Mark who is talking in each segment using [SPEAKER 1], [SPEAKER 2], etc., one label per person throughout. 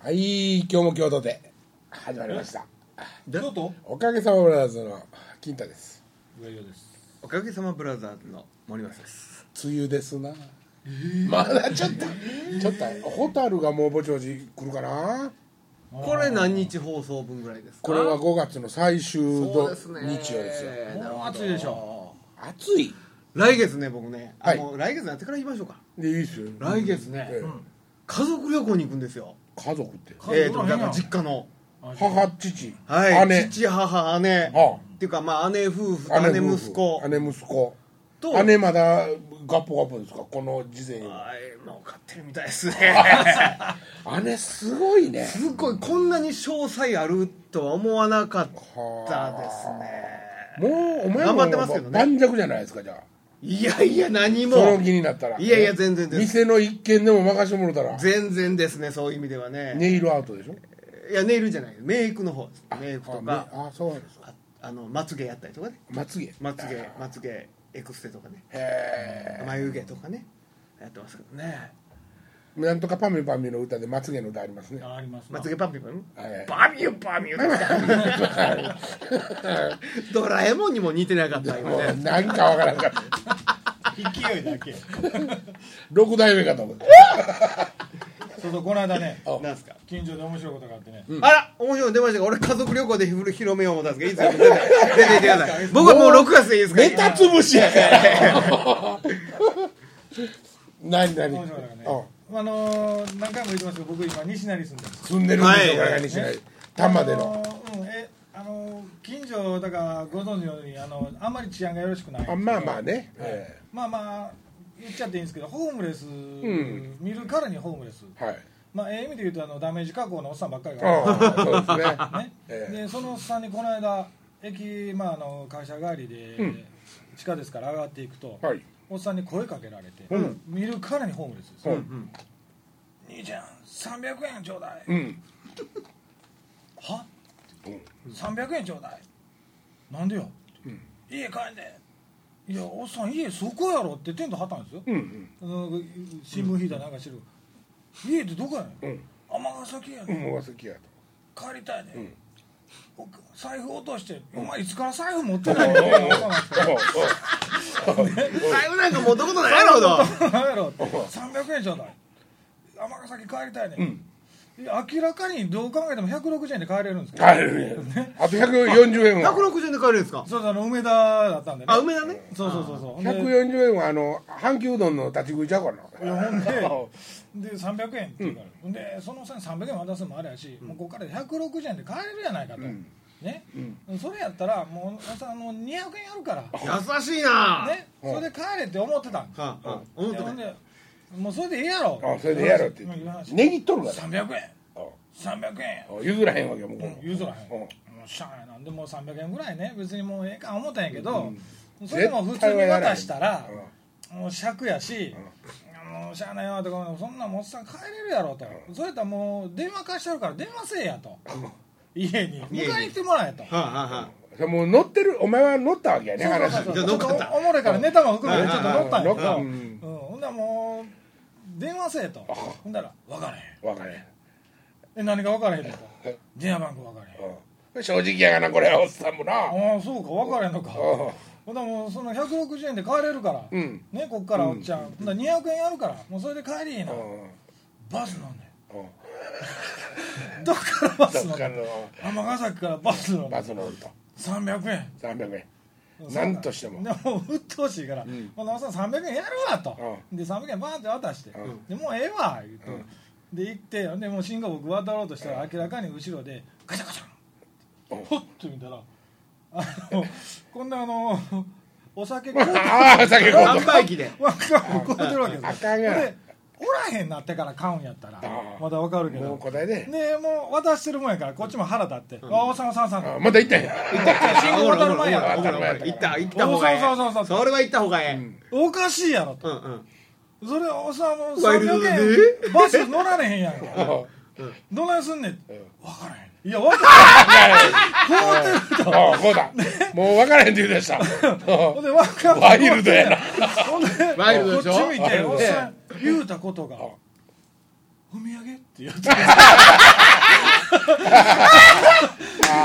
[SPEAKER 1] はい今日も京都で始まりました
[SPEAKER 2] 京都
[SPEAKER 1] おかげさまブラザーズの金太です
[SPEAKER 2] 上洋です
[SPEAKER 3] おかげさまブラザーズの森松です。
[SPEAKER 1] 梅雨ですな、まだちょっと、ちょっとホタルがもうぼちぼち来るかな
[SPEAKER 3] これ何日放送分ぐらいですか。
[SPEAKER 1] これは5月の最終
[SPEAKER 3] そ
[SPEAKER 1] 土
[SPEAKER 3] うです
[SPEAKER 1] 日
[SPEAKER 3] ね。
[SPEAKER 1] 曜ですよ
[SPEAKER 3] なるほ
[SPEAKER 2] もう
[SPEAKER 3] ど
[SPEAKER 2] 暑いでしょ
[SPEAKER 1] 暑い
[SPEAKER 3] 来月ね僕ね。
[SPEAKER 1] は
[SPEAKER 3] あ
[SPEAKER 1] い
[SPEAKER 3] もう来月になってから言いましょうか。
[SPEAKER 1] でいいっすよ
[SPEAKER 3] 来月ね
[SPEAKER 1] ええ
[SPEAKER 3] 家族旅行に行くんですよ。
[SPEAKER 1] 家族って
[SPEAKER 2] 家
[SPEAKER 3] え
[SPEAKER 2] 族
[SPEAKER 3] ーと
[SPEAKER 2] おらへんやん
[SPEAKER 3] だから実家の
[SPEAKER 1] 母父、
[SPEAKER 3] はい
[SPEAKER 1] 姉
[SPEAKER 3] 父母姉
[SPEAKER 1] あ
[SPEAKER 3] っていうかまあ姉夫婦と姉
[SPEAKER 1] 夫婦
[SPEAKER 3] 息子
[SPEAKER 1] 姉息子
[SPEAKER 3] と
[SPEAKER 1] 姉まだガッポガッポですかこの時世に
[SPEAKER 3] はいもう買ってるみたいですね。
[SPEAKER 1] 姉すごいね
[SPEAKER 3] すっごいこんなに詳細あるとは思わなかった
[SPEAKER 1] は
[SPEAKER 3] ですね。
[SPEAKER 1] あもうお前も
[SPEAKER 3] 頑張ってますけどね
[SPEAKER 1] 盤石じゃないですかじゃあ
[SPEAKER 3] いやいや何も。
[SPEAKER 1] その気になったら
[SPEAKER 3] いやいや全然です
[SPEAKER 1] 店の一軒でも任してもらったら
[SPEAKER 3] 全然ですねそういう意味ではね
[SPEAKER 1] ネイルアートでしょ
[SPEAKER 3] いやネイルじゃないメイクの方ですメイクと
[SPEAKER 1] あね
[SPEAKER 3] かあ
[SPEAKER 1] あそうなんですか
[SPEAKER 3] あのまつげやったりとかね
[SPEAKER 1] まつげへ
[SPEAKER 3] まつげまつげエクステとかね
[SPEAKER 1] え
[SPEAKER 3] 眉毛とかねやってますけどね
[SPEAKER 1] なんとかパミュパミュの歌でまつげの歌ありますね
[SPEAKER 2] あありますな
[SPEAKER 3] まつげパンピパン
[SPEAKER 1] はい
[SPEAKER 3] バミュバミュドラえもんにも似てな かった今
[SPEAKER 1] もう
[SPEAKER 3] ね
[SPEAKER 1] なんかわからんから
[SPEAKER 2] 勢いだけ
[SPEAKER 1] 6代目かと思って
[SPEAKER 2] そうそうこの間ね
[SPEAKER 3] なんすか
[SPEAKER 2] 近所で面白いことがあってね
[SPEAKER 3] あら面白いの出ましたが俺家族旅行で広めよう思ったんですけどいつでも出て出ていてください僕はもう6月でいいですから
[SPEAKER 1] ネタつぶしやから 何何
[SPEAKER 2] 面白いのがねあのー何回も言ってますけど僕今西成住んでるんです
[SPEAKER 1] 住んでるんですよ
[SPEAKER 3] はい
[SPEAKER 1] 俺が西成多摩での
[SPEAKER 2] あのーうんえあのー近所だからご存知のようにあのあんまり治安がよろしくないんです
[SPEAKER 1] あ
[SPEAKER 2] けど
[SPEAKER 1] まあまあねえ
[SPEAKER 2] まあまあ言っちゃっていいんですけどホームレス
[SPEAKER 1] ん
[SPEAKER 2] 見るからにホームレス
[SPEAKER 1] えはい
[SPEAKER 2] まあええ意味で言うとあのダメージ加工のおっさんばっかりが
[SPEAKER 1] ああそうですね
[SPEAKER 2] ね
[SPEAKER 1] ええ
[SPEAKER 2] でそのおっさんにこの間駅、まあ、あの会社帰りで、地下ですから上がっていくと、
[SPEAKER 1] はい
[SPEAKER 2] おっさんに声かけられて、
[SPEAKER 1] うん
[SPEAKER 2] 見るからにホームレスです、
[SPEAKER 1] うん
[SPEAKER 2] 兄ちゃん300円ちょうだい、
[SPEAKER 1] うん
[SPEAKER 2] は
[SPEAKER 1] うん
[SPEAKER 2] 300円ちょうだいなんでよ、家帰んでいやおっさん家そこやろってテント張ったんですよ、
[SPEAKER 1] うん
[SPEAKER 2] あの新聞引いたらなんか知る、家ってどこや
[SPEAKER 1] う
[SPEAKER 2] ねん
[SPEAKER 1] ん
[SPEAKER 2] 尼、崎やねん
[SPEAKER 1] うんもう好きやと
[SPEAKER 2] 帰りたいね、
[SPEAKER 1] ん
[SPEAKER 2] お財布落として、お前いつから財布持ってないのって言われたんですけど
[SPEAKER 3] 財布なんか持ったことないやろうと
[SPEAKER 2] 何やろって300円ちょうだい尼崎帰りたいね、ん、いや明らかにどう考えても160円で帰れるんですけど
[SPEAKER 1] 帰るねあと140円は
[SPEAKER 3] 160円で買えるんですか
[SPEAKER 2] そうそうあの梅田だったんでね
[SPEAKER 3] あ梅田ね
[SPEAKER 2] そうそうそうそうほんで
[SPEAKER 1] 140円はあの阪急うどんの立ち食いちゃうか
[SPEAKER 2] いや
[SPEAKER 1] な
[SPEAKER 2] ほんでで300円って言うから、ほん、でその際300円渡すのもあれやし、もうここから160円で買えるやないかと、ね、それやったらもうおっさんあの200円やるから
[SPEAKER 3] 優しいな
[SPEAKER 2] ね、それで帰れって思ってたん
[SPEAKER 3] はあはあ思って
[SPEAKER 2] ほ
[SPEAKER 3] た
[SPEAKER 2] んでもうそれでええやろ
[SPEAKER 1] あそれでええやろって
[SPEAKER 2] 言う話
[SPEAKER 1] ねぎっとるから
[SPEAKER 2] 300円
[SPEAKER 1] あ
[SPEAKER 2] 300円や
[SPEAKER 1] あ譲らへんわけよもうこんなん
[SPEAKER 2] 譲らへん
[SPEAKER 1] うん
[SPEAKER 2] もうしゃあないなんでもう300円ぐらいね別にもうええか思ったんやけど、
[SPEAKER 1] ん
[SPEAKER 2] それでも普通に渡し
[SPEAKER 1] 絶
[SPEAKER 2] たら
[SPEAKER 1] 対はやらへん、
[SPEAKER 2] もう尺やし、もうしゃあないわとかそんなもんおっさん帰れるやろと、それやったらもう電話貸してるから電話せえやと、家に
[SPEAKER 3] 家に
[SPEAKER 2] 迎えに来てもらえと。
[SPEAKER 3] はあはあはあ
[SPEAKER 1] それもう乗ってるお前は乗ったわけやね話
[SPEAKER 2] そうそう
[SPEAKER 3] じ
[SPEAKER 2] そ
[SPEAKER 3] ゃ
[SPEAKER 2] うちょっ
[SPEAKER 3] あ乗っ
[SPEAKER 2] と
[SPEAKER 3] かった
[SPEAKER 2] おもろいからネタも含めて
[SPEAKER 3] うん
[SPEAKER 2] ちょっと乗ったんやけど、
[SPEAKER 1] う
[SPEAKER 2] うんん、ほんならもう電話せえとほんだら分からへん
[SPEAKER 1] わかれへ
[SPEAKER 2] え何が分からへんのか
[SPEAKER 1] え
[SPEAKER 2] 電話番号分からへん
[SPEAKER 1] んうん正直やがなこれはおっさんもな
[SPEAKER 2] ああそうか分からへんの
[SPEAKER 1] あ
[SPEAKER 2] かほんだらもうその160円で帰れるから、
[SPEAKER 1] うん
[SPEAKER 2] ねこっからおっちゃん、ほんだら200円やるからもうそれで帰りいいな、
[SPEAKER 1] うん
[SPEAKER 2] バス乗んね
[SPEAKER 1] うん
[SPEAKER 2] ん どっからバス
[SPEAKER 1] だ
[SPEAKER 2] 乗ん
[SPEAKER 1] か
[SPEAKER 2] ね
[SPEAKER 1] ら
[SPEAKER 2] ん尼崎からバス乗んね
[SPEAKER 1] バ
[SPEAKER 2] ん
[SPEAKER 1] ス乗ると
[SPEAKER 2] 300円
[SPEAKER 1] 300円なんとしても
[SPEAKER 2] でもうっとうしいから「このおっさん300円やるわ」とで300円バーンって渡して
[SPEAKER 1] うん
[SPEAKER 2] 「でもうええわ」言ってで行ってでもう信号僕渡ろうとしたら明らかに後ろでガチャガチャンほっと見たらあ のこんなあのお酒こうて
[SPEAKER 1] ああ酒今
[SPEAKER 3] 販
[SPEAKER 1] 度
[SPEAKER 3] 売機で
[SPEAKER 2] わかるこうてるわけ
[SPEAKER 1] あ
[SPEAKER 2] です
[SPEAKER 1] かんやろ
[SPEAKER 2] でおらへんなってから買うんやったら
[SPEAKER 1] あ
[SPEAKER 2] まだわかるけ
[SPEAKER 1] もう
[SPEAKER 2] ど
[SPEAKER 1] 答えで
[SPEAKER 2] でもう渡してるもんやからこっちも腹立って「あおっさんおっさんおっさん」
[SPEAKER 1] あまた行ったんや
[SPEAKER 2] 信号渡る前や
[SPEAKER 1] から
[SPEAKER 3] 行った行った方がええ
[SPEAKER 2] そうそうそうそう
[SPEAKER 3] それは行った方がええうん
[SPEAKER 2] おかしいやろと。
[SPEAKER 3] うん
[SPEAKER 2] それおさもう
[SPEAKER 3] ワイルドで
[SPEAKER 2] 300円バス乗られへんやんかどないすんねん分からへんいや分からへんこうてると
[SPEAKER 1] ああこうだもう分からへんって言うでした
[SPEAKER 2] ほんで分からん
[SPEAKER 1] ワイルドやな
[SPEAKER 2] ほんで
[SPEAKER 3] ワイルドでしょ
[SPEAKER 2] こっち見
[SPEAKER 1] ワイ
[SPEAKER 2] て
[SPEAKER 1] ルド
[SPEAKER 2] おっさん言うたことがお土産って言って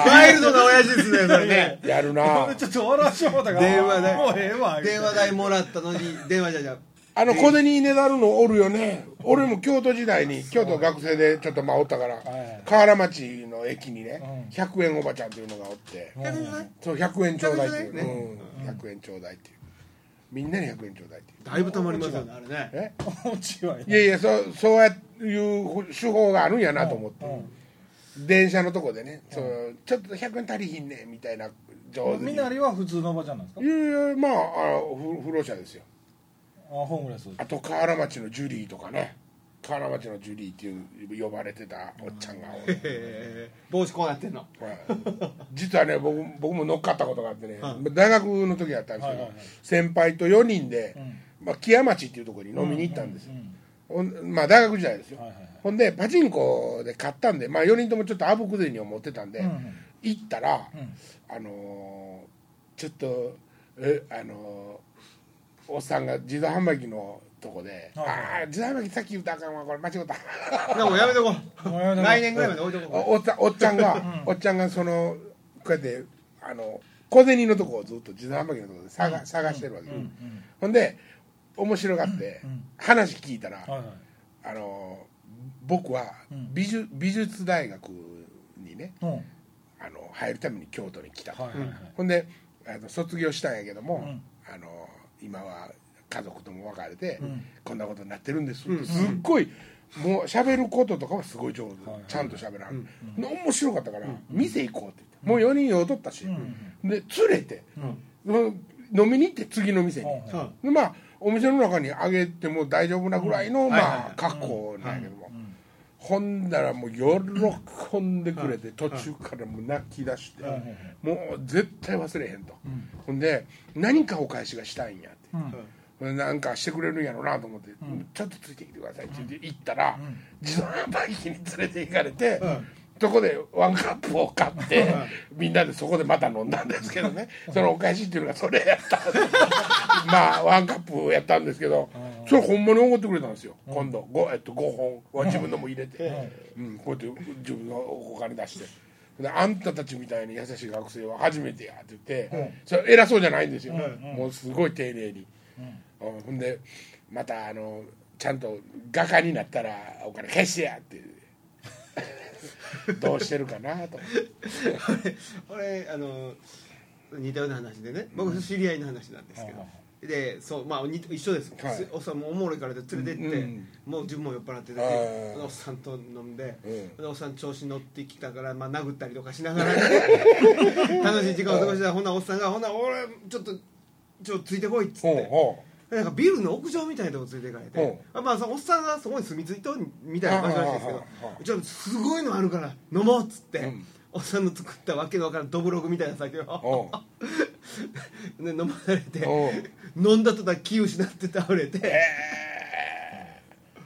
[SPEAKER 3] ワイルドな親父ですね、それね。
[SPEAKER 1] やる
[SPEAKER 2] ほん
[SPEAKER 1] な
[SPEAKER 2] でちょっと笑わしようたから
[SPEAKER 3] 電話代
[SPEAKER 2] もうええわ
[SPEAKER 3] 電話代もらったのに、電話じゃじゃ。
[SPEAKER 1] あの小銭ねだるのおるよね俺も京都時代に京都学生でちょっとまあおったから
[SPEAKER 2] い
[SPEAKER 1] 河原町の駅にね
[SPEAKER 2] う
[SPEAKER 1] 100円おばちゃんっていうのがおって
[SPEAKER 2] うん
[SPEAKER 1] そう100円ちょうだいっていう
[SPEAKER 3] ね
[SPEAKER 1] うん100円ちょうだいっていうみんなに100円ちょうだいっていう
[SPEAKER 3] だいぶ溜まりますよね、あれね。
[SPEAKER 1] え
[SPEAKER 2] おちはい
[SPEAKER 1] やいやそうそうやいう手法があるんやなと思って、電車のとこでね、そうちょっと100円足りひんねみたいな上手
[SPEAKER 2] み
[SPEAKER 1] に
[SPEAKER 2] んなあれは普通のおばちゃんなんですか
[SPEAKER 1] いやいやまああの不不老者ですよ
[SPEAKER 2] あホームレス
[SPEAKER 1] あと河原町のジュリーとかね河原町のジュリーっていう呼ばれてたおっちゃんがおる
[SPEAKER 3] へえ帽子こうなってんの。
[SPEAKER 1] はい実はね僕僕も乗っかったことがあってね、
[SPEAKER 3] はい
[SPEAKER 1] 大学の時だったんですけど、
[SPEAKER 2] はいはいはい
[SPEAKER 1] 先輩と4人で、まあ、木屋町っていうところに飲みに行ったんですよ、ほんまあ、大学時代ですよ、
[SPEAKER 2] はいはいはい
[SPEAKER 1] ほんでパチンコで買ったんで、まあ、4人ともちょっとあぶく銭を持ってたんで、
[SPEAKER 2] うんうん
[SPEAKER 1] 行ったら、
[SPEAKER 2] ん
[SPEAKER 1] あのーちょっとえあのーおっさんが自動販売機のとこで「
[SPEAKER 2] はいはい
[SPEAKER 1] ああ自動販売機さっき言ったらあかんわこれ間違った」
[SPEAKER 3] でもやめとこ
[SPEAKER 2] もうやめとこ
[SPEAKER 3] う。
[SPEAKER 2] う
[SPEAKER 3] 来年ぐらいまで置いとこ
[SPEAKER 1] おおっちゃんおっちゃんが、おっちゃんがそのこうやってあの小銭のとこをずっと自動販売機のとこで探,、探してるわけよ、ほんで面白がって、話聞いたら、
[SPEAKER 2] はいはい
[SPEAKER 1] あの僕は美術,、美術大学にね
[SPEAKER 2] うん
[SPEAKER 1] あの入るために京都に来たと、
[SPEAKER 2] はいはいはい
[SPEAKER 1] ほんであの卒業したんやけども、
[SPEAKER 2] ん
[SPEAKER 1] あの今は家族とも別れて、
[SPEAKER 2] ん
[SPEAKER 1] こんなことになってるんです、すっごいもう喋ることとかはすごい上手、
[SPEAKER 2] はい
[SPEAKER 1] ちゃんと喋らん、で面白かったから、店行こうって言ってもう4人酔うとったし、で連れて、うん飲みに行って次の店に、
[SPEAKER 2] うん
[SPEAKER 3] う。
[SPEAKER 1] でまあお店の中にあげても大丈夫なぐらいの、
[SPEAKER 3] はいはい
[SPEAKER 1] ま
[SPEAKER 3] は
[SPEAKER 1] あ
[SPEAKER 3] い
[SPEAKER 1] 格好なんやけども、ほんだらもう喜んでくれて、途中からもう泣き出して、
[SPEAKER 2] はいはいはい
[SPEAKER 1] もう絶対忘れへんと、ほんで何かお返しがしたいんやって、
[SPEAKER 2] うん
[SPEAKER 1] なんかしてくれるんやろうなと思って、ちょっとついてきてくださいって言って行ったら、自動販売機に連れて行かれて、そこでワンカップを買って、みんなでそこでまた飲んだんですけどね、そのお返しっていうのがそれやった んですまあワンカップやったんですけど、それほんまにおごってくれたんですよ、今度 5,、えっと、五本は自分のも入れて、うんこうやって自分のお金出して。であんたたちみたいに優しい学生は初めてやって言って、それ偉そうじゃないんですよ、もうすごい丁寧に、うんほんでまたあのちゃんと画家になったらお金返してやってどうしてるかなと思って
[SPEAKER 3] 俺あの似たような話でね僕知り合いの話なんですけど、でそうまあに一緒です、
[SPEAKER 1] はい
[SPEAKER 3] おっさんもおもろいからで連れてって、
[SPEAKER 1] うん
[SPEAKER 3] もう自分も酔っ払ってて、
[SPEAKER 1] はい
[SPEAKER 3] おっさんと飲んで、
[SPEAKER 1] うん
[SPEAKER 3] でおっさん調子乗ってきたから、まあ、殴ったりとかしながら、 楽しい時間を過ごしてたらほなおっさんが「ほな俺ちょっとちょっとついてこい」っつって。
[SPEAKER 1] ほうほ
[SPEAKER 3] でなんかビルの屋上みたいなとこ連れて行かれ
[SPEAKER 1] うん
[SPEAKER 3] て、あまあ、そのおっさんがそこに住み着いとんみたいな場所らしいですけ
[SPEAKER 1] あ
[SPEAKER 3] ど
[SPEAKER 1] ああああ
[SPEAKER 3] ちょっとすごいのあるから飲もうっつって、
[SPEAKER 1] うん
[SPEAKER 3] おっさんの作ったわけのわからんどぶろくみたいな酒を で飲まされて飲んだとたら気失って倒れ
[SPEAKER 1] う
[SPEAKER 3] て
[SPEAKER 1] え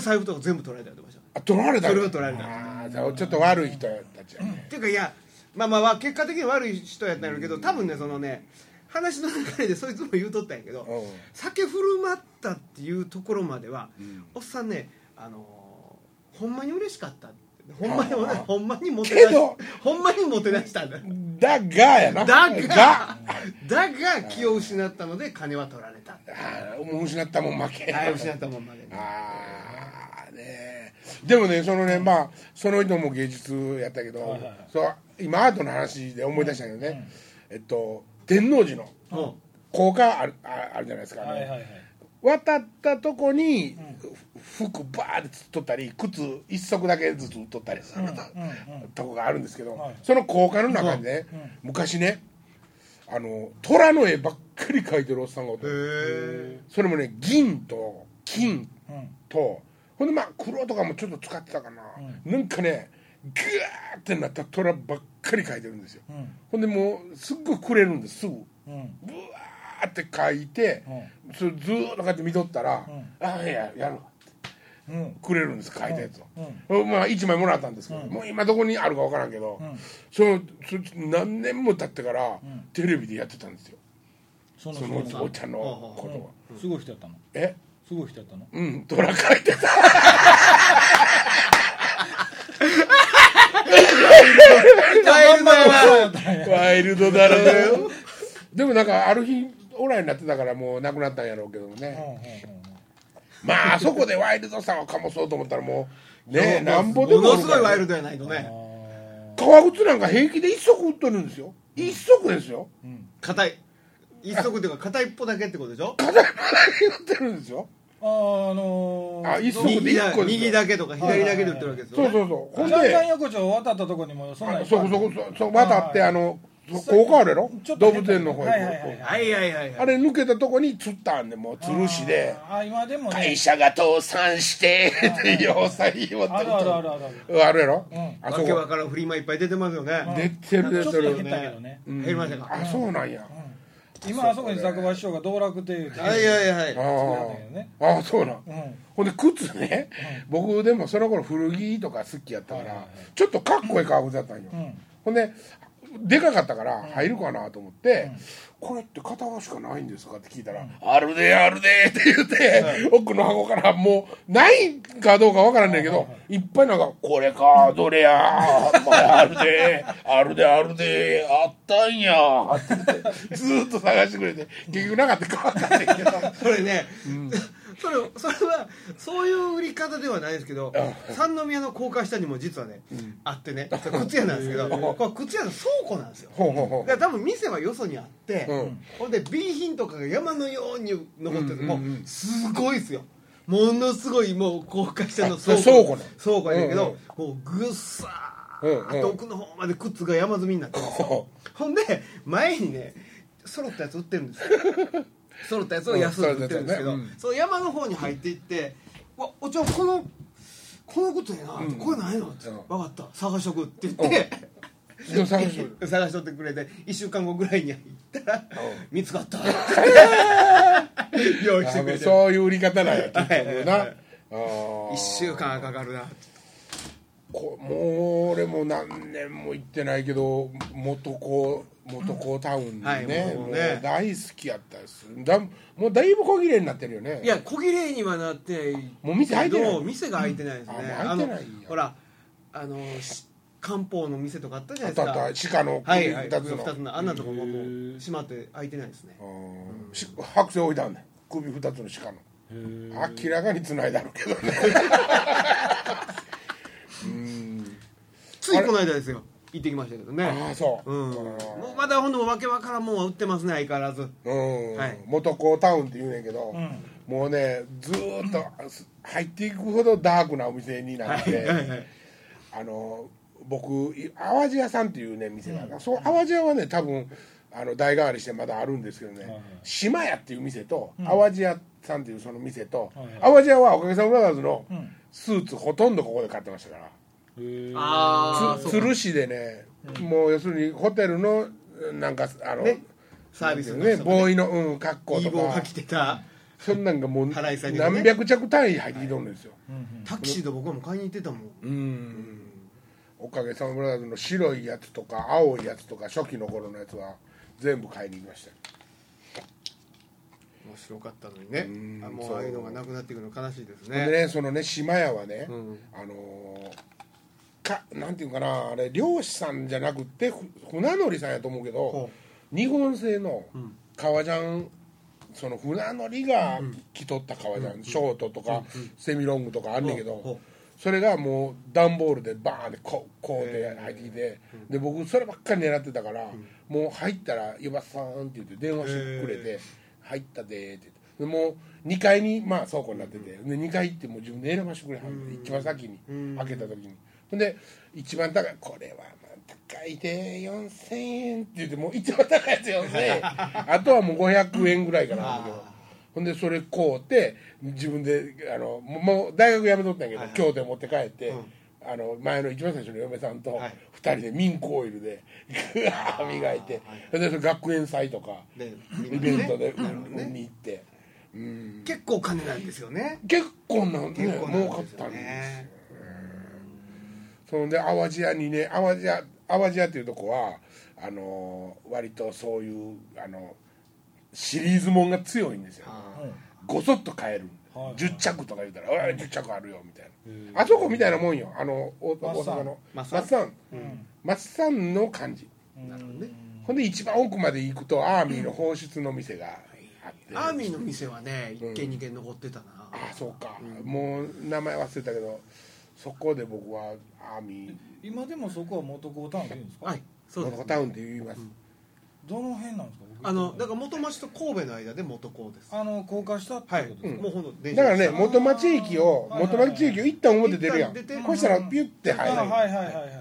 [SPEAKER 3] 財布とか全部取られたりとかした
[SPEAKER 1] ー、あ取られた
[SPEAKER 3] それは取られた
[SPEAKER 1] あーじゃあちょっと悪い人たちやね、
[SPEAKER 3] っていうかいやまあまあまあ結果的に悪い人やったんやろうけど多分ねそのね話の流れでそいつも言うとったんやけど、
[SPEAKER 1] うん
[SPEAKER 3] 酒振る舞ったっていうところまでは、おっさんねあのーほんまに嬉しかったってほんまに
[SPEAKER 1] ああ
[SPEAKER 3] ほんまにもてなし
[SPEAKER 1] けど
[SPEAKER 3] ほんまにもてなしたんだ
[SPEAKER 1] だがやな
[SPEAKER 3] だが
[SPEAKER 1] が
[SPEAKER 3] だが気を失ったので金は取られた
[SPEAKER 1] あーもう失ったもん負け
[SPEAKER 3] ああ失ったもんまで
[SPEAKER 1] あーねえでもねそのねまあその人も芸術やったけど、
[SPEAKER 2] はいはいはい
[SPEAKER 1] そう今アートの話で思い出したけどね、えっと天王寺の高架あるああるじゃないですか、あの
[SPEAKER 2] はいはいはい
[SPEAKER 1] 渡ったとこに、ふ服バーってつっとったり靴一足だけずつ売っとったりする、とこがあるんですけど、
[SPEAKER 2] はい
[SPEAKER 1] その高架の中にね、昔ねあの虎の絵ばっかり描いてるおっさんがおって
[SPEAKER 3] へえ
[SPEAKER 1] それもね銀と金
[SPEAKER 2] うん
[SPEAKER 1] とほんでまあ黒とかもちょっと使ってたかな、なんかねグワーってなった虎ばっかり描いてるんですよ、
[SPEAKER 2] ん
[SPEAKER 1] ほんでもうすっごいくれるんですすぐ
[SPEAKER 2] うん
[SPEAKER 1] ブワーって描いて、それずーっとこうやって見とったら「ああいややるわ」
[SPEAKER 2] うん
[SPEAKER 1] くれるんです書いたやつを、まあ1枚もらったんですけど、もう今どこにあるか分からんけど、そのそ何年も経ってから、テレビでやってたんですよ
[SPEAKER 2] その
[SPEAKER 1] そ
[SPEAKER 2] 人
[SPEAKER 1] の
[SPEAKER 2] も
[SPEAKER 1] おっちゃんのことは、
[SPEAKER 2] すごい人やったの
[SPEAKER 1] え
[SPEAKER 2] すごい人やったの
[SPEAKER 1] うん虎書いてたワイルドだらだよでもなんかある日オーライになってたからもうなくなったんやろうけどもね、まああそこでワイルドさをかもそうと思ったらもうね
[SPEAKER 3] もう
[SPEAKER 1] なんぼでも
[SPEAKER 3] ものすごいワイル
[SPEAKER 1] ド
[SPEAKER 3] ドやないとね
[SPEAKER 1] 革靴なんか平気で一足売っとるんですよ一足ですよ
[SPEAKER 3] 硬い一足っていうか片一歩だけってことでしょ
[SPEAKER 1] 片山だ け売ってるんですよ
[SPEAKER 2] あーあのー
[SPEAKER 1] あ一足で
[SPEAKER 3] 右だ
[SPEAKER 1] 一個ですよ
[SPEAKER 3] 右だけとか左だけで売ってるわけですよ
[SPEAKER 1] そう
[SPEAKER 3] ね
[SPEAKER 1] そうそうほん
[SPEAKER 2] 南
[SPEAKER 1] で
[SPEAKER 2] 関横丁渡ったとこにもそんな
[SPEAKER 1] あ
[SPEAKER 2] んいっぱい
[SPEAKER 1] そ
[SPEAKER 2] あ
[SPEAKER 1] こ
[SPEAKER 2] る
[SPEAKER 1] そこそそう渡って
[SPEAKER 2] はい
[SPEAKER 1] あのそここあるやろ
[SPEAKER 2] ちょっと
[SPEAKER 1] 動
[SPEAKER 2] ね
[SPEAKER 1] 物園の方へ
[SPEAKER 2] はいはいはいはい
[SPEAKER 3] はいはいはい
[SPEAKER 1] あ
[SPEAKER 3] はい
[SPEAKER 1] れ抜けたとこに釣ったんでもう吊るしで
[SPEAKER 2] あー今でもね
[SPEAKER 1] 会社が倒産してって要塞を
[SPEAKER 2] あるあるあるある
[SPEAKER 1] あるやろ、
[SPEAKER 2] うん
[SPEAKER 1] あ
[SPEAKER 3] わ
[SPEAKER 1] そ
[SPEAKER 3] けわ
[SPEAKER 1] こ
[SPEAKER 3] からんフリマいっぱい出てますよね
[SPEAKER 1] 出てる出
[SPEAKER 2] ちょってと
[SPEAKER 1] る
[SPEAKER 2] 減ったけどね
[SPEAKER 3] 減りましたか
[SPEAKER 1] あそうなんや、
[SPEAKER 2] 今あそこに作場師匠が道楽亭って
[SPEAKER 3] はいはいはい
[SPEAKER 1] あ
[SPEAKER 3] は
[SPEAKER 1] あああそうなん、
[SPEAKER 2] うん
[SPEAKER 1] ほんで靴ね、僕でもその頃古着とか好きやったから、ちょっとかっこいい革靴だったんよ、
[SPEAKER 2] ん
[SPEAKER 1] ほんででかかったから入るかなと思って、これって片足しかないんですかって聞いたら「あるであるで」って言って、奥の箱からもうないかどうかわからんねんけど、いっぱいなんか「これかどれや、まあ、あるであるであるであったんや」って言ってずーっと探してくれて結局なかったか分かんないけど。
[SPEAKER 3] それね それそれはそういう売り方ではないですけど三宮の高架下にも実はねあってねそれ靴屋なんですけどこれ靴屋の倉庫なんですよ
[SPEAKER 1] ほうほうほう
[SPEAKER 3] だから多分店はよそにあって、
[SPEAKER 1] うん
[SPEAKER 3] ほんで B 品とかが山のように残ってる、
[SPEAKER 1] うんうんうん
[SPEAKER 3] もうすごいですよものすごいもう高架下の倉庫
[SPEAKER 1] あ倉庫ね
[SPEAKER 3] 倉庫やねんけど、もうぐっさーっと奥の方まで靴が山積みになってるんですよ、
[SPEAKER 1] ほ
[SPEAKER 3] ほんで前にね揃ったやつ売ってるんですよ 揃ったやつを安く売ってるんですけど、
[SPEAKER 1] うん
[SPEAKER 3] その山の方に入っていって「うわおちょこのこの靴やな」これないの?」って「
[SPEAKER 1] うん
[SPEAKER 3] 分かった探しとく」って言って、
[SPEAKER 1] うで探してくれる
[SPEAKER 3] 探しとってくれて1週間後ぐらいに行ったら見つ かった用意してくれて1
[SPEAKER 1] そういう売り方なんや結局な
[SPEAKER 3] はいはい
[SPEAKER 1] あー
[SPEAKER 3] 週間はかかるな
[SPEAKER 1] こもう俺も何年も行ってないけど元子元子タウンね,、
[SPEAKER 3] はい
[SPEAKER 1] も
[SPEAKER 3] も
[SPEAKER 1] う
[SPEAKER 3] うね
[SPEAKER 1] 大好きやったですだもうだいぶ小切れになってるよね
[SPEAKER 3] いや小切れにはなって
[SPEAKER 1] もう店開いてない
[SPEAKER 3] けど店が開いてないですね
[SPEAKER 1] うんあもう開いてないんや
[SPEAKER 3] のほらあのし漢方の店とかあったじゃ
[SPEAKER 1] あ
[SPEAKER 3] ない
[SPEAKER 1] っ
[SPEAKER 3] で
[SPEAKER 1] た
[SPEAKER 3] す
[SPEAKER 1] あった
[SPEAKER 3] か
[SPEAKER 1] 鹿の
[SPEAKER 3] はいはい
[SPEAKER 1] 首二つの
[SPEAKER 3] 2つのあんなとこももう閉まって開いてないですね
[SPEAKER 1] うんし白線置いたんね首二つの鹿の明らかに繋いだるけど ね
[SPEAKER 3] ついこの間ですよ行ってきましたけど
[SPEAKER 1] あ
[SPEAKER 3] ね
[SPEAKER 1] あそう、
[SPEAKER 3] うんもうまだほんのわけわからんもんは売ってますね相変わらず
[SPEAKER 1] うん
[SPEAKER 3] はい
[SPEAKER 1] 元子タウンって言うねんけど、もうねずーっと入っていくほどダークなお店になって、
[SPEAKER 3] はいはい
[SPEAKER 1] あの僕い淡路屋さんっていうね店がある、そう淡路屋はね多分あの代替わりしてまだあるんですけどね、島屋っていう店と、淡路屋さんっていうその店と、
[SPEAKER 2] はいはい
[SPEAKER 1] 淡路屋はおかげさまブラザーズの
[SPEAKER 2] うん
[SPEAKER 1] スーツほとんどここで買ってましたから。
[SPEAKER 2] へえ
[SPEAKER 3] ああ
[SPEAKER 1] つるしでね、もう要するにホテルのなんかあの、
[SPEAKER 3] ねサービスの
[SPEAKER 1] ね
[SPEAKER 3] 人がね
[SPEAKER 1] ボーイの、うん、格好
[SPEAKER 3] いい
[SPEAKER 1] と
[SPEAKER 3] 棒
[SPEAKER 1] か
[SPEAKER 3] が来てた
[SPEAKER 1] そんなんがもう
[SPEAKER 3] 払い下げでね
[SPEAKER 1] 何百着単位入ってきとるんですよ、
[SPEAKER 3] タキシード僕はもう買いに行ってたもん
[SPEAKER 1] うんおかげさまブラザーズの白いやつとか青いやつとか初期の頃のやつは全部買いに行きましたよ
[SPEAKER 3] 面白かったのにね
[SPEAKER 1] ん
[SPEAKER 3] あも
[SPEAKER 1] そう
[SPEAKER 3] うああいうのがなくなっていくの悲しいです
[SPEAKER 1] で
[SPEAKER 3] ね
[SPEAKER 1] ねそのね島屋はね、
[SPEAKER 3] うん
[SPEAKER 1] あのーかなんていうかなあれ漁師さんじゃなくてふ船乗りさんやと思うけど
[SPEAKER 3] ほ
[SPEAKER 1] 日本製の革ジャンその船乗りが着とった革ジャン、ショートとか、セミロングとかあんねんけど、
[SPEAKER 3] ほうほ
[SPEAKER 1] それがもう段ボールでバーンってこうこうで入ってきて、で僕そればっかり狙ってたから、もう入ったら「湯葉さん」って言って電話してくれて「入ったで」って言ってでもう2階にまあ倉庫になってて、で2階行ってもう自分で選ばしてくれはんで一番先に、開けた時にほんで一番高い「これはまあ高いで4000円」って言ってもう一番高いやつ4000円 あとはもう500円ぐらいかな、ほんでそれ買うて自分であのもうもう大学辞めとったんやけど、京都へ持って帰って、あの前の一番最初の嫁さんと
[SPEAKER 3] はい
[SPEAKER 1] 2人でミンクオイルでぐわー磨いて、それでそれ学園祭とか
[SPEAKER 3] で
[SPEAKER 1] イベントで、
[SPEAKER 3] なるほどね
[SPEAKER 1] に行ってうん
[SPEAKER 3] 結構お金なんですよね
[SPEAKER 1] 結構なね
[SPEAKER 3] 結構なん
[SPEAKER 1] 儲か
[SPEAKER 3] で
[SPEAKER 1] っ
[SPEAKER 3] す
[SPEAKER 1] た
[SPEAKER 3] よ
[SPEAKER 1] んです
[SPEAKER 3] ね
[SPEAKER 1] そんで淡路屋にね淡路屋淡路屋っていうとこはあのー割とそういうあのシリーズもんが強いんですよごそっと買える、
[SPEAKER 2] はいはい
[SPEAKER 1] 10着とか言うたら「おい10着あるよ」みたいなあそこみたいなもんよあの大
[SPEAKER 2] マッ
[SPEAKER 1] 大
[SPEAKER 2] サン
[SPEAKER 1] 阪のマ
[SPEAKER 3] マッサン
[SPEAKER 1] ッサンマッサンの感じ
[SPEAKER 3] なるほどね
[SPEAKER 1] ほんで一番奥まで行くとアーミーの放出の店があって、
[SPEAKER 3] アーミーの店はね1軒2軒残ってたな、
[SPEAKER 1] ああそうか、もう名前忘れたけどそこで僕はアーミー
[SPEAKER 2] 今でもそこは元コータウンっていうんですか、
[SPEAKER 3] はいそうで
[SPEAKER 1] モ
[SPEAKER 3] す
[SPEAKER 1] ノコタウンって言います、
[SPEAKER 2] どの辺なんですか僕
[SPEAKER 3] あのだから元町と神戸の間で元校です
[SPEAKER 2] あの高架したって
[SPEAKER 3] はい、
[SPEAKER 2] ことですか、
[SPEAKER 3] もうほんと電
[SPEAKER 1] だからね
[SPEAKER 3] 下
[SPEAKER 1] 元町駅を
[SPEAKER 2] はいはい
[SPEAKER 1] 元町駅を一旦表出るやん
[SPEAKER 3] 一旦出て
[SPEAKER 1] こうしたらピュッて
[SPEAKER 2] あ
[SPEAKER 1] 入る、
[SPEAKER 2] はいはいはいはいはい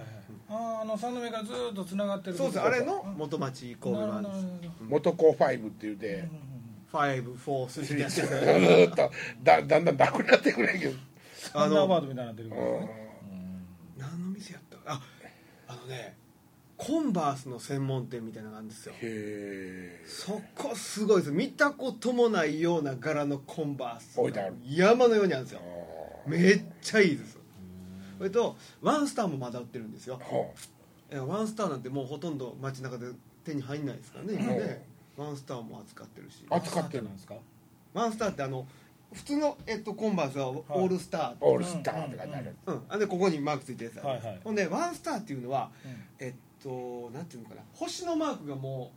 [SPEAKER 2] あーあの三宮からずーっとつながってる
[SPEAKER 3] そうですあれの元町神戸版
[SPEAKER 2] なる
[SPEAKER 3] で
[SPEAKER 2] ほ
[SPEAKER 3] す
[SPEAKER 2] どなる
[SPEAKER 1] 元子5って言うて、
[SPEAKER 3] ファイブフォース リー
[SPEAKER 1] ずーっとだだんだんなくなってくれんけど、
[SPEAKER 2] ほど
[SPEAKER 3] あ
[SPEAKER 2] アンダー
[SPEAKER 3] の
[SPEAKER 2] バードみたいになってるから
[SPEAKER 1] うん
[SPEAKER 2] ね、
[SPEAKER 3] 何の店やったかああのねコンバースの専門店みたいなのがあるんですよ
[SPEAKER 1] へえ
[SPEAKER 3] そこすごいです見たこともないような柄のコンバース
[SPEAKER 1] 置いてある
[SPEAKER 3] 山のようにあるんですよめっちゃいいですそれとワンスターもまだ売ってるんですよ
[SPEAKER 1] ほ
[SPEAKER 3] えワンスターなんてもうほとんど街中で手に入んないですからね今ねワンスターも扱ってるし
[SPEAKER 1] あ扱ってる
[SPEAKER 2] なんですか
[SPEAKER 3] ワンスターってあの普通の、えっと、コンバースはオールスター、
[SPEAKER 1] うオールスターとかになる、
[SPEAKER 3] うん、あでここにマークついてるやつあるんです、
[SPEAKER 2] はいはい
[SPEAKER 3] ほんでワンスターっていうのは、
[SPEAKER 2] うん
[SPEAKER 3] えっとなんていうのかな星のマークがも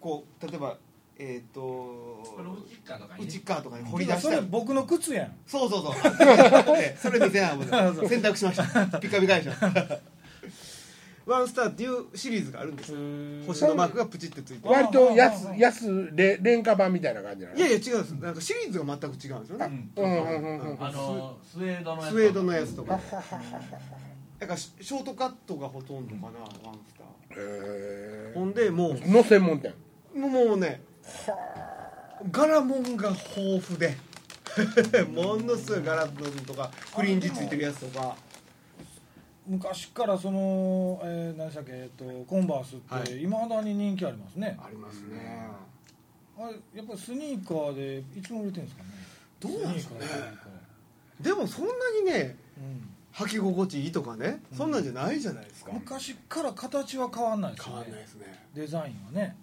[SPEAKER 3] うこう例えばえっと内側とかに掘り出し
[SPEAKER 2] そ
[SPEAKER 3] た
[SPEAKER 2] れ
[SPEAKER 3] り
[SPEAKER 2] 僕の靴やん
[SPEAKER 3] そうそうそうねそれ見てないもん
[SPEAKER 2] そう
[SPEAKER 3] 選択しましたピカピカでしたワンスターっていうシリーズがあるんですよ星のマークがプチってついてる
[SPEAKER 1] 割と安
[SPEAKER 2] ああ
[SPEAKER 1] 安れ廉価版みたいな感じなの
[SPEAKER 3] いやいや違うんですなんかシリーズが全く違うんですよね
[SPEAKER 1] うんうんうんうん
[SPEAKER 4] あのスウェードのやつ
[SPEAKER 3] スウェードのやつと
[SPEAKER 1] は
[SPEAKER 3] か
[SPEAKER 1] ははは
[SPEAKER 3] なんかシショートカットがほとんどかな、ワンスター
[SPEAKER 1] へ
[SPEAKER 3] ほんでも
[SPEAKER 1] えの専門店
[SPEAKER 3] うもうね柄もんが豊富で ものすごい柄のとかフリンジついてるやつとか
[SPEAKER 2] 昔からその、えー、何でしたっけ、えっと、コンバース
[SPEAKER 3] は
[SPEAKER 2] って
[SPEAKER 3] い
[SPEAKER 2] いまだに人気ありますね、
[SPEAKER 3] ありますね
[SPEAKER 2] あれやっぱりスニーカーでいつも売れてるんですかね
[SPEAKER 3] どうなんですかね
[SPEAKER 2] スニーカースニーカー
[SPEAKER 3] でもそんなにね
[SPEAKER 2] うん
[SPEAKER 3] 履き心地いいとかね、そんなんじゃないじゃないですか
[SPEAKER 2] 昔から形は変わんないです
[SPEAKER 3] 変
[SPEAKER 2] よ
[SPEAKER 3] わんない
[SPEAKER 2] ね
[SPEAKER 3] ですね
[SPEAKER 2] デザインはね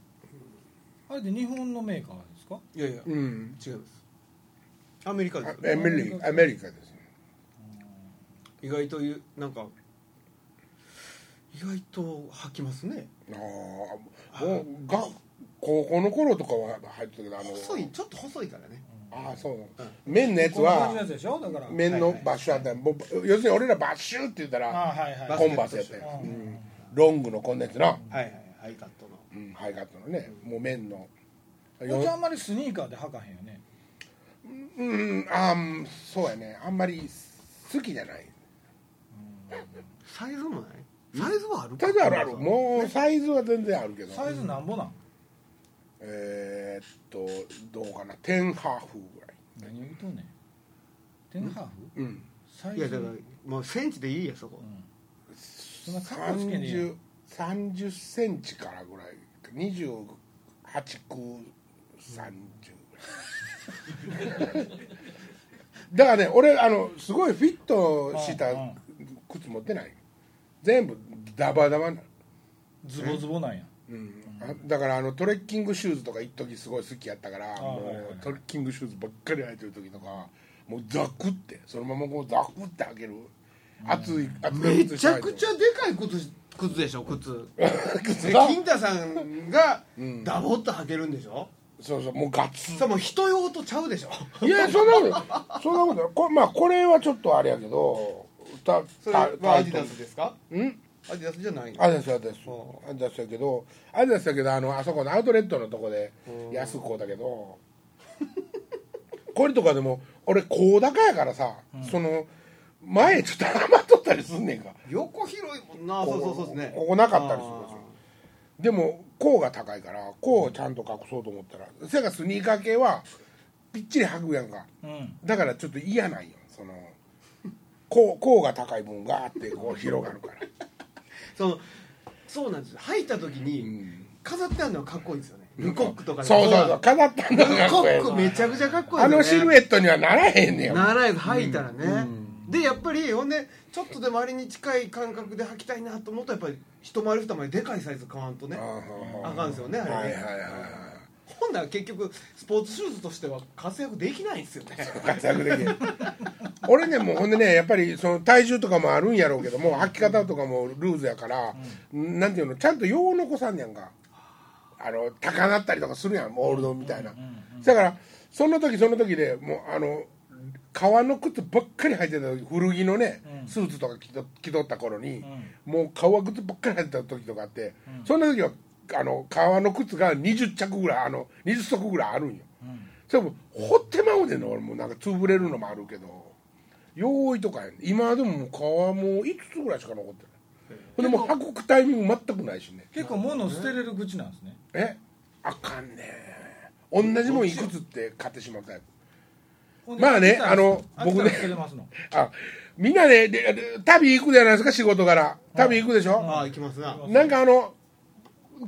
[SPEAKER 2] あれで日本のメーカーですか
[SPEAKER 3] いやいや違い
[SPEAKER 1] うん
[SPEAKER 3] ますアメリカですよ
[SPEAKER 1] アメリカアメリカです
[SPEAKER 3] 意外というなんか意外と履きますね
[SPEAKER 1] ああもうが高校の頃とかは入ってたけどあの
[SPEAKER 3] 細いちょっと細いからね
[SPEAKER 1] ああそうなの麺のやつは
[SPEAKER 2] こんな感じのやつでしょだから
[SPEAKER 1] 麺のバッシュあったもう要するに俺らバッシュって言った
[SPEAKER 2] あ
[SPEAKER 1] ら
[SPEAKER 2] はいはい
[SPEAKER 3] バ
[SPEAKER 1] コンバースやったようんロングのこんなやつな
[SPEAKER 3] はいはいハイカットの
[SPEAKER 1] うんハイカットのねもう麺の
[SPEAKER 2] こいつあんまりスニーカーで履かへんよね
[SPEAKER 1] うんあーそうやねあんまり好きじゃない
[SPEAKER 3] サイズもないサイズはある
[SPEAKER 1] ただあるある
[SPEAKER 3] も
[SPEAKER 1] もうサイズは全然あるけど
[SPEAKER 2] サイズなんぼなん
[SPEAKER 1] えーっとどうかな10ハーフぐらい
[SPEAKER 2] 何を言うとんねんテンハーフ
[SPEAKER 1] うん
[SPEAKER 2] サイ
[SPEAKER 3] いやだ
[SPEAKER 2] ズ
[SPEAKER 3] からもうセンチでいいやそこ、
[SPEAKER 2] そんな格好つけねえやん
[SPEAKER 1] 30 30センチからぐらい28区30ぐらいだからね俺あのすごいフィットした
[SPEAKER 2] うんうん
[SPEAKER 1] 靴持ってない全部ダバダバなの
[SPEAKER 2] ズボズボなんや
[SPEAKER 1] うん、あだからあのトレッキングシューズとか一時すごい好きやったから
[SPEAKER 2] あはいはい
[SPEAKER 1] も
[SPEAKER 2] はいう
[SPEAKER 1] トレッキングシューズばっかり履いてる時とかもうザクってそのままこうザクって履ける熱い熱い
[SPEAKER 3] め
[SPEAKER 1] 靴
[SPEAKER 3] ち
[SPEAKER 1] 下履
[SPEAKER 3] ゃ
[SPEAKER 1] いて
[SPEAKER 3] く
[SPEAKER 1] る
[SPEAKER 3] ちゃでかい靴靴でしょ靴
[SPEAKER 1] 靴
[SPEAKER 3] で
[SPEAKER 1] が
[SPEAKER 3] 金太さんが
[SPEAKER 1] ん
[SPEAKER 3] ダボっと履けるんでしょ、
[SPEAKER 1] そうそうもうガッツ
[SPEAKER 3] さもう人用とちゃうでしょ
[SPEAKER 1] いやそんなことそんなことないこれまあこれはちょっとあれやけどた
[SPEAKER 3] それ
[SPEAKER 1] た
[SPEAKER 3] はアディダスですか
[SPEAKER 1] うん
[SPEAKER 3] アディダスじゃないの
[SPEAKER 1] アディダスアディダスアディダスやけどアディダスやけどあのあそこのアウトレットのとこで安子だけど これとかでも俺高高やからさ、その前ちょっと余っとったりすんねんか
[SPEAKER 3] 横広いもんなそうそうそうですね
[SPEAKER 1] ここなかったりするんですよでも甲が高いから甲をちゃんと隠そうと思ったらせやからスニーカー系はぴっちり履くやんか
[SPEAKER 2] うん
[SPEAKER 1] だからちょっと嫌なんよその甲甲が高い分ガーってこう広がる から
[SPEAKER 3] あーそのそうなんですよ履いた時に飾ってあるのはかっこいいですよねルコックとかで
[SPEAKER 1] そうそうそう飾ったんだ
[SPEAKER 3] ル
[SPEAKER 1] か
[SPEAKER 3] コ
[SPEAKER 1] これ
[SPEAKER 3] ックめちゃくちゃかっこいい
[SPEAKER 1] あのシルエットにはならへんねん
[SPEAKER 3] なら履いたらね、でやっぱりほんでちょっとでもあれに近い感覚で履きたいなと思うとやっぱり一回り二回りでかいサイズ買わんとねあかんですよねあ
[SPEAKER 1] は
[SPEAKER 3] れ
[SPEAKER 1] い
[SPEAKER 3] ね、
[SPEAKER 1] はいはい
[SPEAKER 3] ほんなら結局スポーツシューズとしては活躍できないんですよね
[SPEAKER 1] 活躍できる俺ねもうほんでねやっぱりその体重とかもあるんやろうけども履き方とかもルーズやから、なんていうのちゃんとよう残さんねやんかあの高なったりとかするやんモールドみたいな、だからその時その時でもうあの革の靴ばっかり履いてた時古着のね、スーツとか着と着とった頃に、もう革靴ばっかり履いてた時とかあって、そんな時はあの革の靴が20着ぐらいあの20足ぐらいあるんよ、それも掘ってまうでんの俺もうなんか潰れるのもあるけど用意とかやね今でももう革も5つぐらいしか残ってないほんでもう運くタイミング全くないしね
[SPEAKER 2] 結構物捨てれる口なんですね
[SPEAKER 1] えあかんね同じもんいくつって買ってしまうタイプ
[SPEAKER 2] ほんで
[SPEAKER 1] まあね
[SPEAKER 2] 飽きたら
[SPEAKER 1] あの
[SPEAKER 2] 飽きた
[SPEAKER 1] 僕
[SPEAKER 2] ら
[SPEAKER 1] ね
[SPEAKER 2] 捨てれますの
[SPEAKER 1] あみんなねでで旅行くじゃないですか仕事柄旅行くでしょ、
[SPEAKER 3] ああ行きますな
[SPEAKER 1] なんかあの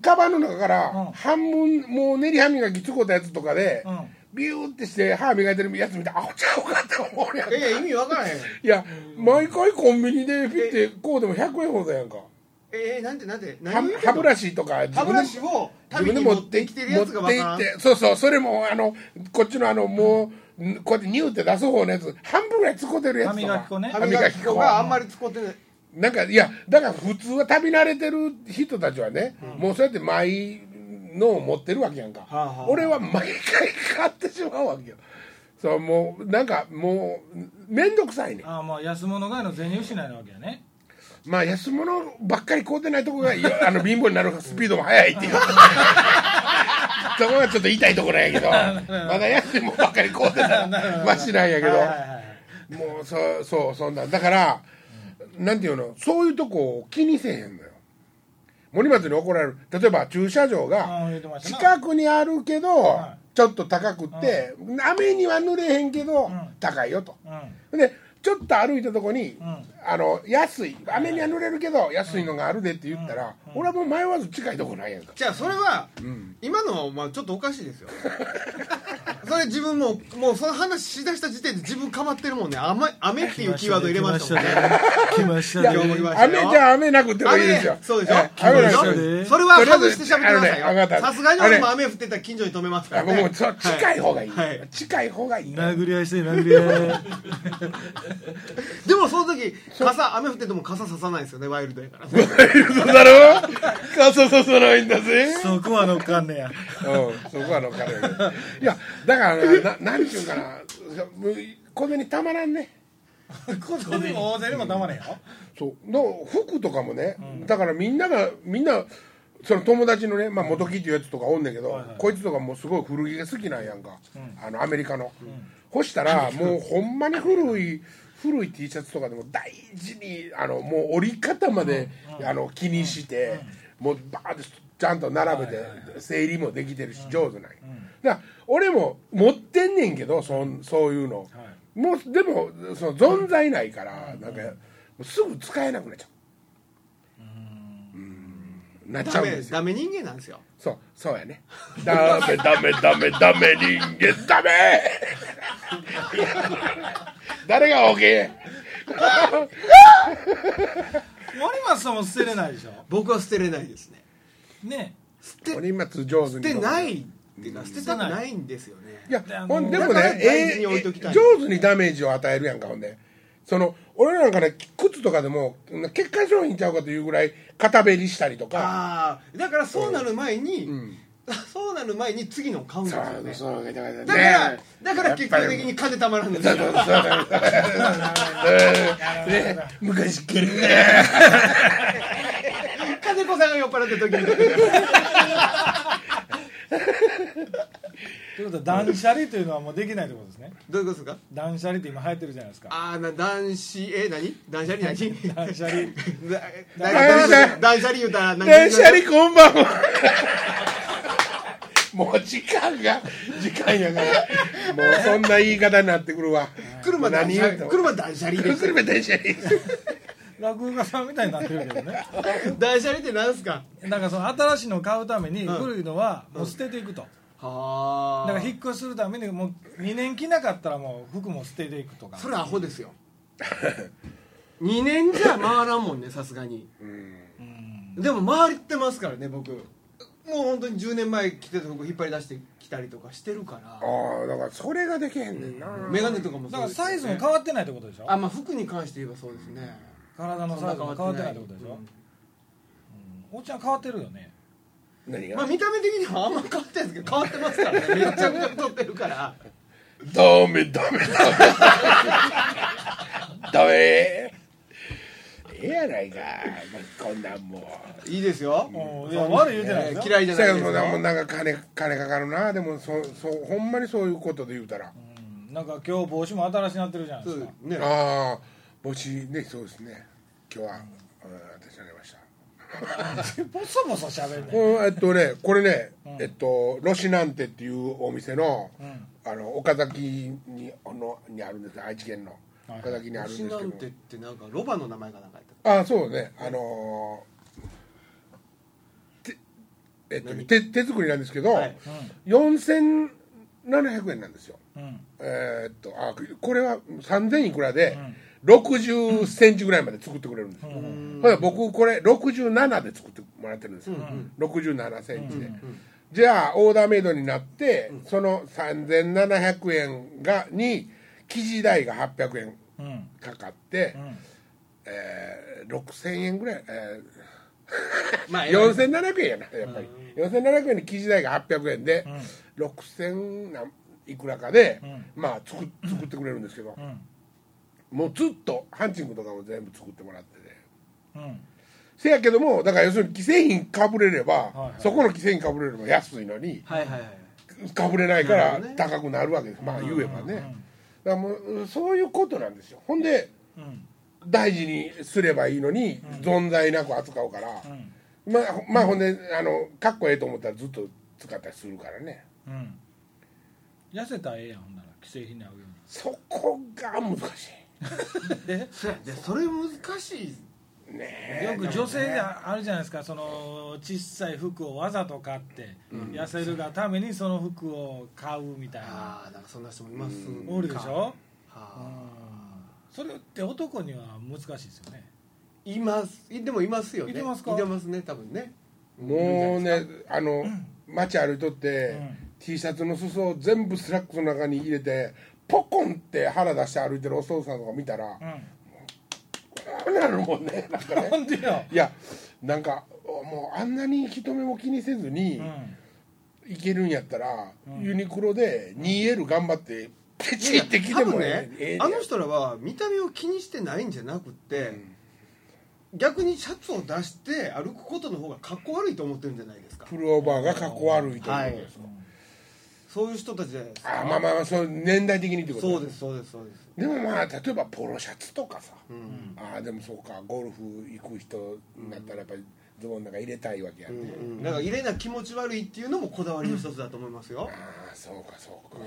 [SPEAKER 1] カバンの中か
[SPEAKER 2] うん
[SPEAKER 1] ら半分もう練り歯磨きつこうたやつとかで、
[SPEAKER 2] うん
[SPEAKER 1] ビューってして歯磨いてるやつ見てあほちゃうかって思うやん
[SPEAKER 3] いやいや意味わからへん
[SPEAKER 1] いや毎回コンビニでピッてこうでも100円ほどやんか
[SPEAKER 3] えー、なんてなんて
[SPEAKER 1] 歯
[SPEAKER 3] 何言うてん
[SPEAKER 1] 歯
[SPEAKER 3] の
[SPEAKER 1] ブラシとか自
[SPEAKER 3] 歯ブ
[SPEAKER 1] 分で
[SPEAKER 3] ラシを
[SPEAKER 1] 自
[SPEAKER 3] 旅
[SPEAKER 1] 分で
[SPEAKER 3] に
[SPEAKER 1] 持
[SPEAKER 3] 持
[SPEAKER 1] っ
[SPEAKER 3] ってて
[SPEAKER 1] 行
[SPEAKER 3] き
[SPEAKER 1] って
[SPEAKER 3] てるやつがわからん
[SPEAKER 1] ってそうそうそれもあのこっちのあのもう、こうやってニューって出す方のやつ半分ぐらいつこてるやつとか
[SPEAKER 2] 歯磨き粉ね
[SPEAKER 3] 歯磨き粉があんまり使ってない
[SPEAKER 1] なんかいやだから普通は旅慣れてる人たちはね、もうそうやって毎のを持ってるわけやんか、
[SPEAKER 3] あはあ
[SPEAKER 1] 俺は毎回買ってしまうわけよそうもうなんかもう面倒くさいね
[SPEAKER 2] ああまあ安物買いの銭失いなわけやね
[SPEAKER 1] まあ安物ばっかり買うてないとこがい やあの貧乏になるスピードも速いっていうそこがちょっと痛いところやけどまだ安いもんばっかり買うてた らマシなんやけど、
[SPEAKER 2] はいはいはい
[SPEAKER 1] もうそうそうそんなんだから、なんていうのそういうとこを気にせえへんのよ森松に怒られる例えば駐車場
[SPEAKER 2] うん
[SPEAKER 1] が
[SPEAKER 2] 言うてましたな
[SPEAKER 1] 近くにあるけど、
[SPEAKER 2] は
[SPEAKER 1] ちょっと高くって、雨には濡れへんけど、
[SPEAKER 2] ん
[SPEAKER 1] 高いよと、
[SPEAKER 2] うん
[SPEAKER 1] でちょっと歩いたとこに、
[SPEAKER 2] ん
[SPEAKER 1] あの安い雨には濡れるけど、安いのがあるでって言ったら、俺はもう迷わず近いとこなんやんか
[SPEAKER 3] じゃあそれは、今のはまあちょっとおかしいですよ それ自分ももうその話しだした時点で自分かまってるもんね雨雨っていうキーワード入れましたもんね
[SPEAKER 2] 来ました
[SPEAKER 1] いや
[SPEAKER 2] ね
[SPEAKER 3] 今日も
[SPEAKER 2] 来ま
[SPEAKER 3] 来ま
[SPEAKER 2] し
[SPEAKER 3] し
[SPEAKER 1] 雨じゃ雨なくてもいいですよ
[SPEAKER 3] 雨そうでしょ
[SPEAKER 1] ええ雨なくてもいい
[SPEAKER 2] 来ましたね
[SPEAKER 3] それは外して喋ってください
[SPEAKER 1] あのねわかっ
[SPEAKER 3] よ
[SPEAKER 1] た
[SPEAKER 3] さすがに俺も雨降ってたら近所に止めますから、
[SPEAKER 1] あ
[SPEAKER 3] ね、
[SPEAKER 1] もうそう近い方がいい、
[SPEAKER 3] はいはい
[SPEAKER 1] 近い方がいい
[SPEAKER 2] た殴り合いして殴り合い
[SPEAKER 3] でもその時傘雨降ってても傘ささないですよねワイルドやから
[SPEAKER 1] ワイルドだろ傘ささないんだぜ
[SPEAKER 2] そこは乗っかんねや
[SPEAKER 1] うんそこはの彼がいやだからねななんていうんかなこれにたまらんね
[SPEAKER 2] ここにも大勢にも黙れよ
[SPEAKER 1] そうの服とかもね、だからみんながみんなその友達のね、まあ、元木っていうやつとかおんねんけど、こいつとかもうすごい古着が好きなんやんか、あのアメリカの、干したらもうほんまに古い古い T シャツとかでも大事にあのもう折り方まで、あの気にして、もうバーってちゃんと並べて、整理もできてるし、上手なんや、だから俺も持ってんねんけどそんそういうの、もうでもその存在ないから、なんかもうすぐ使えなくなっちゃううんなっちゃ
[SPEAKER 3] ダ
[SPEAKER 1] うん
[SPEAKER 3] メ
[SPEAKER 1] ですよ
[SPEAKER 3] ダメ人間なんですよ
[SPEAKER 1] そうそうやねダメダメダメダメ人間ダメ誰が OK
[SPEAKER 2] 森松さんも捨てれないでしょ
[SPEAKER 3] 僕は捨てれないですね
[SPEAKER 2] ね
[SPEAKER 3] 捨て
[SPEAKER 1] 森松上手
[SPEAKER 3] 捨
[SPEAKER 1] に
[SPEAKER 3] てないっていうか捨てたくないんですよね
[SPEAKER 1] いや
[SPEAKER 2] であの
[SPEAKER 1] ほんでも
[SPEAKER 3] だから
[SPEAKER 1] ね、
[SPEAKER 3] 大事
[SPEAKER 1] え
[SPEAKER 3] に
[SPEAKER 1] ー
[SPEAKER 3] 置いときたい
[SPEAKER 1] 上手にダメージを与えるやんかほんでその俺らなんかね靴とかでも結果商品ちゃうかというぐらい肩べりしたりとか
[SPEAKER 3] ああだからそうなる前に、そうなる前に次のを買うんですよね
[SPEAKER 1] そうだから
[SPEAKER 3] だから、だから結果的に金たまらんのですよ
[SPEAKER 1] 昔っける
[SPEAKER 3] 金子さんが酔っ払ってる時に
[SPEAKER 2] ということは断捨離というのはもうできないってことですね
[SPEAKER 3] どういうことですか
[SPEAKER 2] 断捨離って今流行ってるじゃないですか
[SPEAKER 3] ああな男子え何断捨離何
[SPEAKER 2] 断捨離
[SPEAKER 3] だ
[SPEAKER 1] 断捨離
[SPEAKER 3] 断捨離言うたら何
[SPEAKER 1] 電車にこんばんはもう時間が時間やからもうそんな言い方になってくるわ
[SPEAKER 3] 車断
[SPEAKER 1] 何
[SPEAKER 3] 捨
[SPEAKER 1] 言うて
[SPEAKER 3] 離
[SPEAKER 1] も
[SPEAKER 3] 車断捨 離で
[SPEAKER 1] 車電車に
[SPEAKER 2] 落語家さんみたいになってるけどね
[SPEAKER 3] 断捨離って何すか
[SPEAKER 2] なんかその新しいのを買うために古いのはもう捨てていくと、
[SPEAKER 3] はあ
[SPEAKER 2] だから引っ越しするためにもう2年着なかったらもう服も捨てていくとか
[SPEAKER 3] それアホですよ 2年じゃ回らんもんねさすがにでも回ってますからね僕もう本当に10年前着てた服引っ張り出してきたりとかしてるから
[SPEAKER 1] ああだからそれができへんねんな、
[SPEAKER 3] メガネとか
[SPEAKER 2] だ
[SPEAKER 3] もそ
[SPEAKER 2] か
[SPEAKER 3] う
[SPEAKER 2] ら
[SPEAKER 3] です
[SPEAKER 2] サイズも変わってないってことでしょ
[SPEAKER 3] あまあ服に関して言えばそうですね
[SPEAKER 2] 体のサイズも変わってないってことでしょ、うんおっちゃん変わってるよね
[SPEAKER 1] 何
[SPEAKER 3] まあ
[SPEAKER 1] が
[SPEAKER 3] 見た目的にはあんま変わってないですけど変わってますからねめっちゃくちゃ太ってるから
[SPEAKER 1] ダメダメダメダメええやないかこんなんもう
[SPEAKER 3] いいですよ
[SPEAKER 2] うんいや悪い言うてないですよ
[SPEAKER 3] えー嫌いじゃ
[SPEAKER 1] そ
[SPEAKER 3] ない
[SPEAKER 1] や
[SPEAKER 3] で
[SPEAKER 1] け
[SPEAKER 3] す
[SPEAKER 1] ど
[SPEAKER 3] よ
[SPEAKER 1] なもうなんか金金かかるなでもそそうほんまにそういうことで言うたら、
[SPEAKER 2] うんなんか今日帽子も新しくなってるじゃないで
[SPEAKER 3] そ
[SPEAKER 2] す
[SPEAKER 3] うで
[SPEAKER 2] か
[SPEAKER 3] すね
[SPEAKER 1] ああ帽子ねそうですね今日は、うん、私あげました
[SPEAKER 2] ボソボソ喋んね
[SPEAKER 1] うんえっとねこれね、えっとロシナンテっていうお店の,、あの岡崎にあのにあるんです愛知県の
[SPEAKER 2] はい
[SPEAKER 1] 岡崎にあるんです
[SPEAKER 3] 星
[SPEAKER 1] けど、
[SPEAKER 3] なんてってなんかロバの名前がなんかやった
[SPEAKER 1] ああそうねあのーてえっとね、
[SPEAKER 3] 何
[SPEAKER 1] 手手作りなんですけど、
[SPEAKER 3] はい
[SPEAKER 1] 4700円なんですよ
[SPEAKER 2] うん
[SPEAKER 1] えーっとあこれは3000いくらで、60センチぐらいまで作ってくれるんですよ、ほら僕これ67で作ってもらってるんですよ、67センチで、じゃあオーダーメイドになって、その3700円がに生地代が800円
[SPEAKER 2] うん
[SPEAKER 1] かかって、
[SPEAKER 2] ん
[SPEAKER 1] えー6000円ぐらい、え
[SPEAKER 3] まあ
[SPEAKER 1] ー、4700円やなやっぱり、4700円に生地代が800円で、6000なんいくらかで、まあ作作ってくれるんですけど、
[SPEAKER 2] ん
[SPEAKER 1] もうずっとハンチングとかも全部作ってもらってて、
[SPEAKER 2] うん
[SPEAKER 1] せやけどもだから要するに既製品かぶれれば、
[SPEAKER 2] はいはい
[SPEAKER 1] そこの既製品かぶれれば安いのに
[SPEAKER 3] はいはいはい
[SPEAKER 1] かぶれないか
[SPEAKER 3] な
[SPEAKER 1] ら
[SPEAKER 3] るほどね
[SPEAKER 1] 高くなるわけです、まあ言えばね、だからもうそういうことなんですよほんで
[SPEAKER 2] うん
[SPEAKER 1] 大事にすればいいのに、存在なく扱うから、まあほまあほんであのかっこええと思ったらずっと使ったりするからね
[SPEAKER 2] うん痩せたらええやんほんなら既製品に合うよ
[SPEAKER 1] そこが難し
[SPEAKER 2] うに
[SPEAKER 3] そうやでそれ難しい
[SPEAKER 1] いねえ
[SPEAKER 2] よく女性であるじゃないですかその小さい服をわざと買って痩せるがためにその服を買うみたいな
[SPEAKER 3] ああなんかそんな人もいます
[SPEAKER 2] おるでしょ
[SPEAKER 3] はあ
[SPEAKER 2] それって男には難しいですよね
[SPEAKER 3] いますいでもいますよね
[SPEAKER 2] いてますか
[SPEAKER 3] いてますね多分ね
[SPEAKER 1] もうねあの街歩いとって、T シャツの裾を全部スラックスの中に入れてポコンって腹出して歩いてるお父さんとか見たら、こうなるもんねなん かね
[SPEAKER 2] なんでよ
[SPEAKER 1] いやなんかもうあんなに人目も気にせずに、いけるんやったら、ユニクロで 2L 頑張ってペチってきて
[SPEAKER 3] 多
[SPEAKER 1] も
[SPEAKER 3] 分
[SPEAKER 1] え
[SPEAKER 3] ね
[SPEAKER 1] えええ
[SPEAKER 3] あの人らは見た目を気にしてないんじゃなくて、逆にシャツを出して歩くことの方がかっこ悪いと思ってるんじゃないですか
[SPEAKER 1] プルオーバーがかっこ悪いということですか、
[SPEAKER 3] そういう人たちじゃないですか
[SPEAKER 1] あまあまあまあそう年代的にってこと
[SPEAKER 3] そうですそうですそうです
[SPEAKER 1] でもまあ例えばポロシャツとかさ、ああでもそうかゴルフ行く人になったらやっぱりズボンなんか入れたいわけやね、
[SPEAKER 3] うんなんか入れな気持ち悪いっていうのもこだわりの一つだと思いますよ
[SPEAKER 1] あ、あそうかそうか、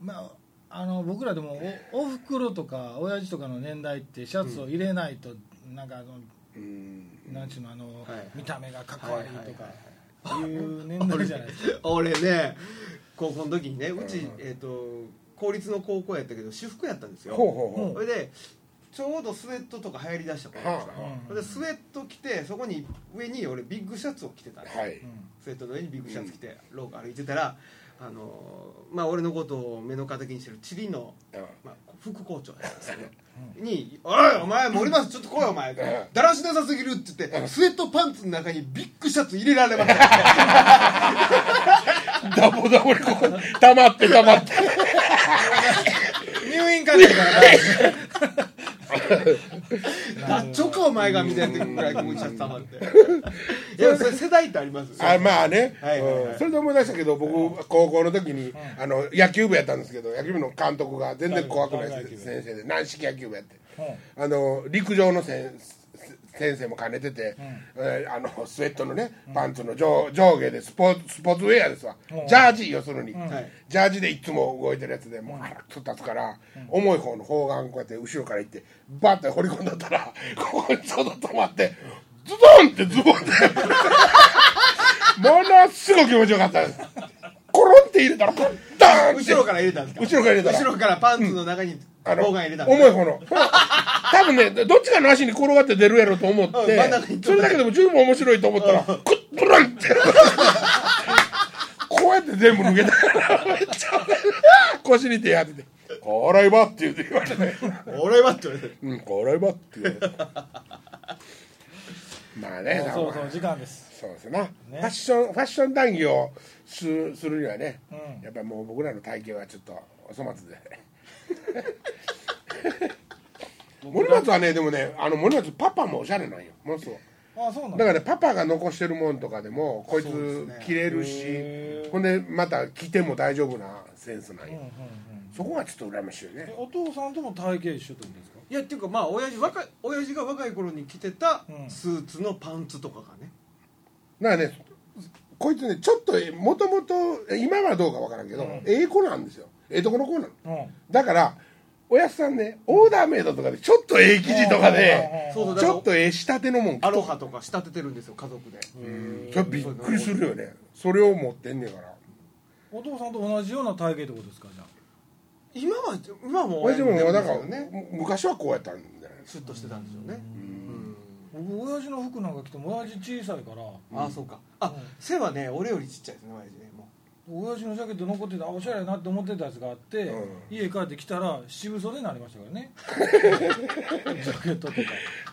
[SPEAKER 2] まあ、あの僕らでもおおふくろとか親父とかの年代ってシャツを入れないと、なんかあの、なんちゅうのあの、
[SPEAKER 3] はい
[SPEAKER 2] 見た目がかっこ悪いとかいう年代じゃない ですか
[SPEAKER 3] 俺ね高校の時にねうち、えっと公立の高校やったけど私服やったんですよ
[SPEAKER 1] ほうほうほう
[SPEAKER 3] それでちょうどスウェットとか流行りだした頃でした、
[SPEAKER 1] は
[SPEAKER 3] それでスウェット着てそこに上に俺ビッグシャツを着てたんですよ、
[SPEAKER 1] はい、
[SPEAKER 3] スウェットの上にビッグシャツ着て廊下歩いてたらあのーまあ俺のことを目の敵にしてるチリの、
[SPEAKER 1] うん
[SPEAKER 3] まあ、副校長やったんですけどに「おいお前森松ちょっと来いお前」だらしなさすぎる」って言ってスウェットパンツの中にビッグシャツ入れられました
[SPEAKER 1] ダボダボにここ溜まって溜まって
[SPEAKER 2] 入院かなんか
[SPEAKER 3] ダッチョかお前がみたいなぐらいビッグシャツたまって いやそれ世代ってあります
[SPEAKER 1] あまあね、
[SPEAKER 3] はいはいはい
[SPEAKER 1] うんそれで思い出したけど僕高校の時に、あの野球部やったんですけど野球部の監督が全然怖くない先生で軟式野球部やって、あの陸上の先先生も兼ねてて、えーあのスウェットのねパンツの上上下でスポーツスポーツウェアですわ、ジャージ要するに、
[SPEAKER 3] はい
[SPEAKER 1] ジャージでいつも動いてるやつでもう腹くと立つから、重い方の方眼こうやって後ろから行ってバッて掘り込んだったらここにちょうど止まってズドンってズボンでものすごく気持ちよかったですコロンって入れたらダーンって
[SPEAKER 3] 後ろから入れたんですか
[SPEAKER 1] 後ろから入れたら
[SPEAKER 3] 後ろからパンツの中に
[SPEAKER 1] あの
[SPEAKER 3] 棒が入れたんです
[SPEAKER 1] 重い方の多分ねどっちかの足に転がって出るやろと思って、
[SPEAKER 3] うん真ん中に行っとった
[SPEAKER 1] それだけでも十分面白いと思ったらクッブルンってこうやって全部抜けたからめっちゃ腰に手当てて「こらいば」って言うて言われて
[SPEAKER 3] 俺はって言われて
[SPEAKER 1] 「うんこらいば」って言われてまあね
[SPEAKER 2] もうそろそろ時間です
[SPEAKER 1] そうですな、
[SPEAKER 2] ね
[SPEAKER 1] ファッションファッション談義をするするにはね、
[SPEAKER 2] うん
[SPEAKER 1] やっぱりもう僕らの体型はちょっとお粗末 で森松はねでもねあの森松パパもおしゃれなんよものすごい
[SPEAKER 2] あそうなん
[SPEAKER 1] だか
[SPEAKER 2] だ
[SPEAKER 1] らねパパが残してるもんとかでもこい
[SPEAKER 3] そう
[SPEAKER 1] つ
[SPEAKER 3] ですね
[SPEAKER 1] 着れるし、
[SPEAKER 2] へー
[SPEAKER 1] ほんでまた着ても大丈夫なセンスなんよ、
[SPEAKER 2] うんうんうん
[SPEAKER 1] そこがちょっと羨ましいよね
[SPEAKER 2] えお父さんとも体型一緒ってことですか
[SPEAKER 3] いやっていうかまあ親父若い親父が若い頃に着てた
[SPEAKER 2] うん
[SPEAKER 3] スーツのパンツとかがね、
[SPEAKER 1] だからねこいつねちょっともともと今はどうかわからんけど、ええ子なんですよええとこの子なの
[SPEAKER 2] うん
[SPEAKER 1] だからおやつさんねオーダーメイドとかでちょっとええ生地とかで
[SPEAKER 3] そうだ
[SPEAKER 1] ち
[SPEAKER 3] から
[SPEAKER 1] ょっとええ仕立てのもん
[SPEAKER 3] アロハとか仕立ててるんですよ家族で
[SPEAKER 1] うんそれびっくりするよねそれを持ってんねんから
[SPEAKER 2] お父さんと同じような体型ってことですかじゃあ
[SPEAKER 3] 今は今はもう
[SPEAKER 1] 親父も
[SPEAKER 3] で
[SPEAKER 1] なん
[SPEAKER 3] す
[SPEAKER 1] か
[SPEAKER 3] よね
[SPEAKER 1] 昔はこうやったんじゃないですか
[SPEAKER 3] スッとしてたんでしょうね
[SPEAKER 2] 僕親父の服なんか着ても親父小さいから
[SPEAKER 3] うんああそうかあ、背はね俺よりちっちゃいですね親父ねも
[SPEAKER 2] 親父のジャケット残っててあおしゃれやなって思ってたやつがあって、
[SPEAKER 1] うん
[SPEAKER 2] 家帰ってきたら渋袖になりましたから ねジャケットとか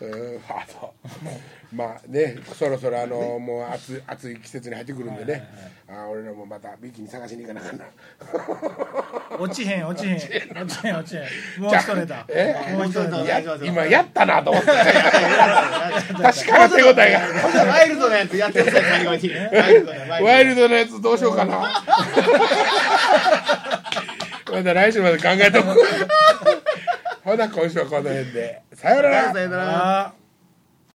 [SPEAKER 1] うんあそうまあねそろそろあのもう暑い暑い季節に入ってくるんでねあ俺らもまたビキニ探しに行かなあかんな
[SPEAKER 2] 落ちへん落ちへん落ちへん落ちへんもう
[SPEAKER 1] じゃ
[SPEAKER 2] 一ネタ
[SPEAKER 1] え
[SPEAKER 2] もう一ネタ
[SPEAKER 1] い
[SPEAKER 3] お願いしま
[SPEAKER 1] や
[SPEAKER 3] す
[SPEAKER 1] 今やったなと思って
[SPEAKER 3] う
[SPEAKER 1] 確かに手応えが
[SPEAKER 3] ワイルドなやつやってください最後にワイルドなワイルドな
[SPEAKER 1] ワイルドなやつどうしようかな。 また来週 まで考えとく。ほな今週はこの辺で。さようなら
[SPEAKER 3] さ。よなら
[SPEAKER 2] あー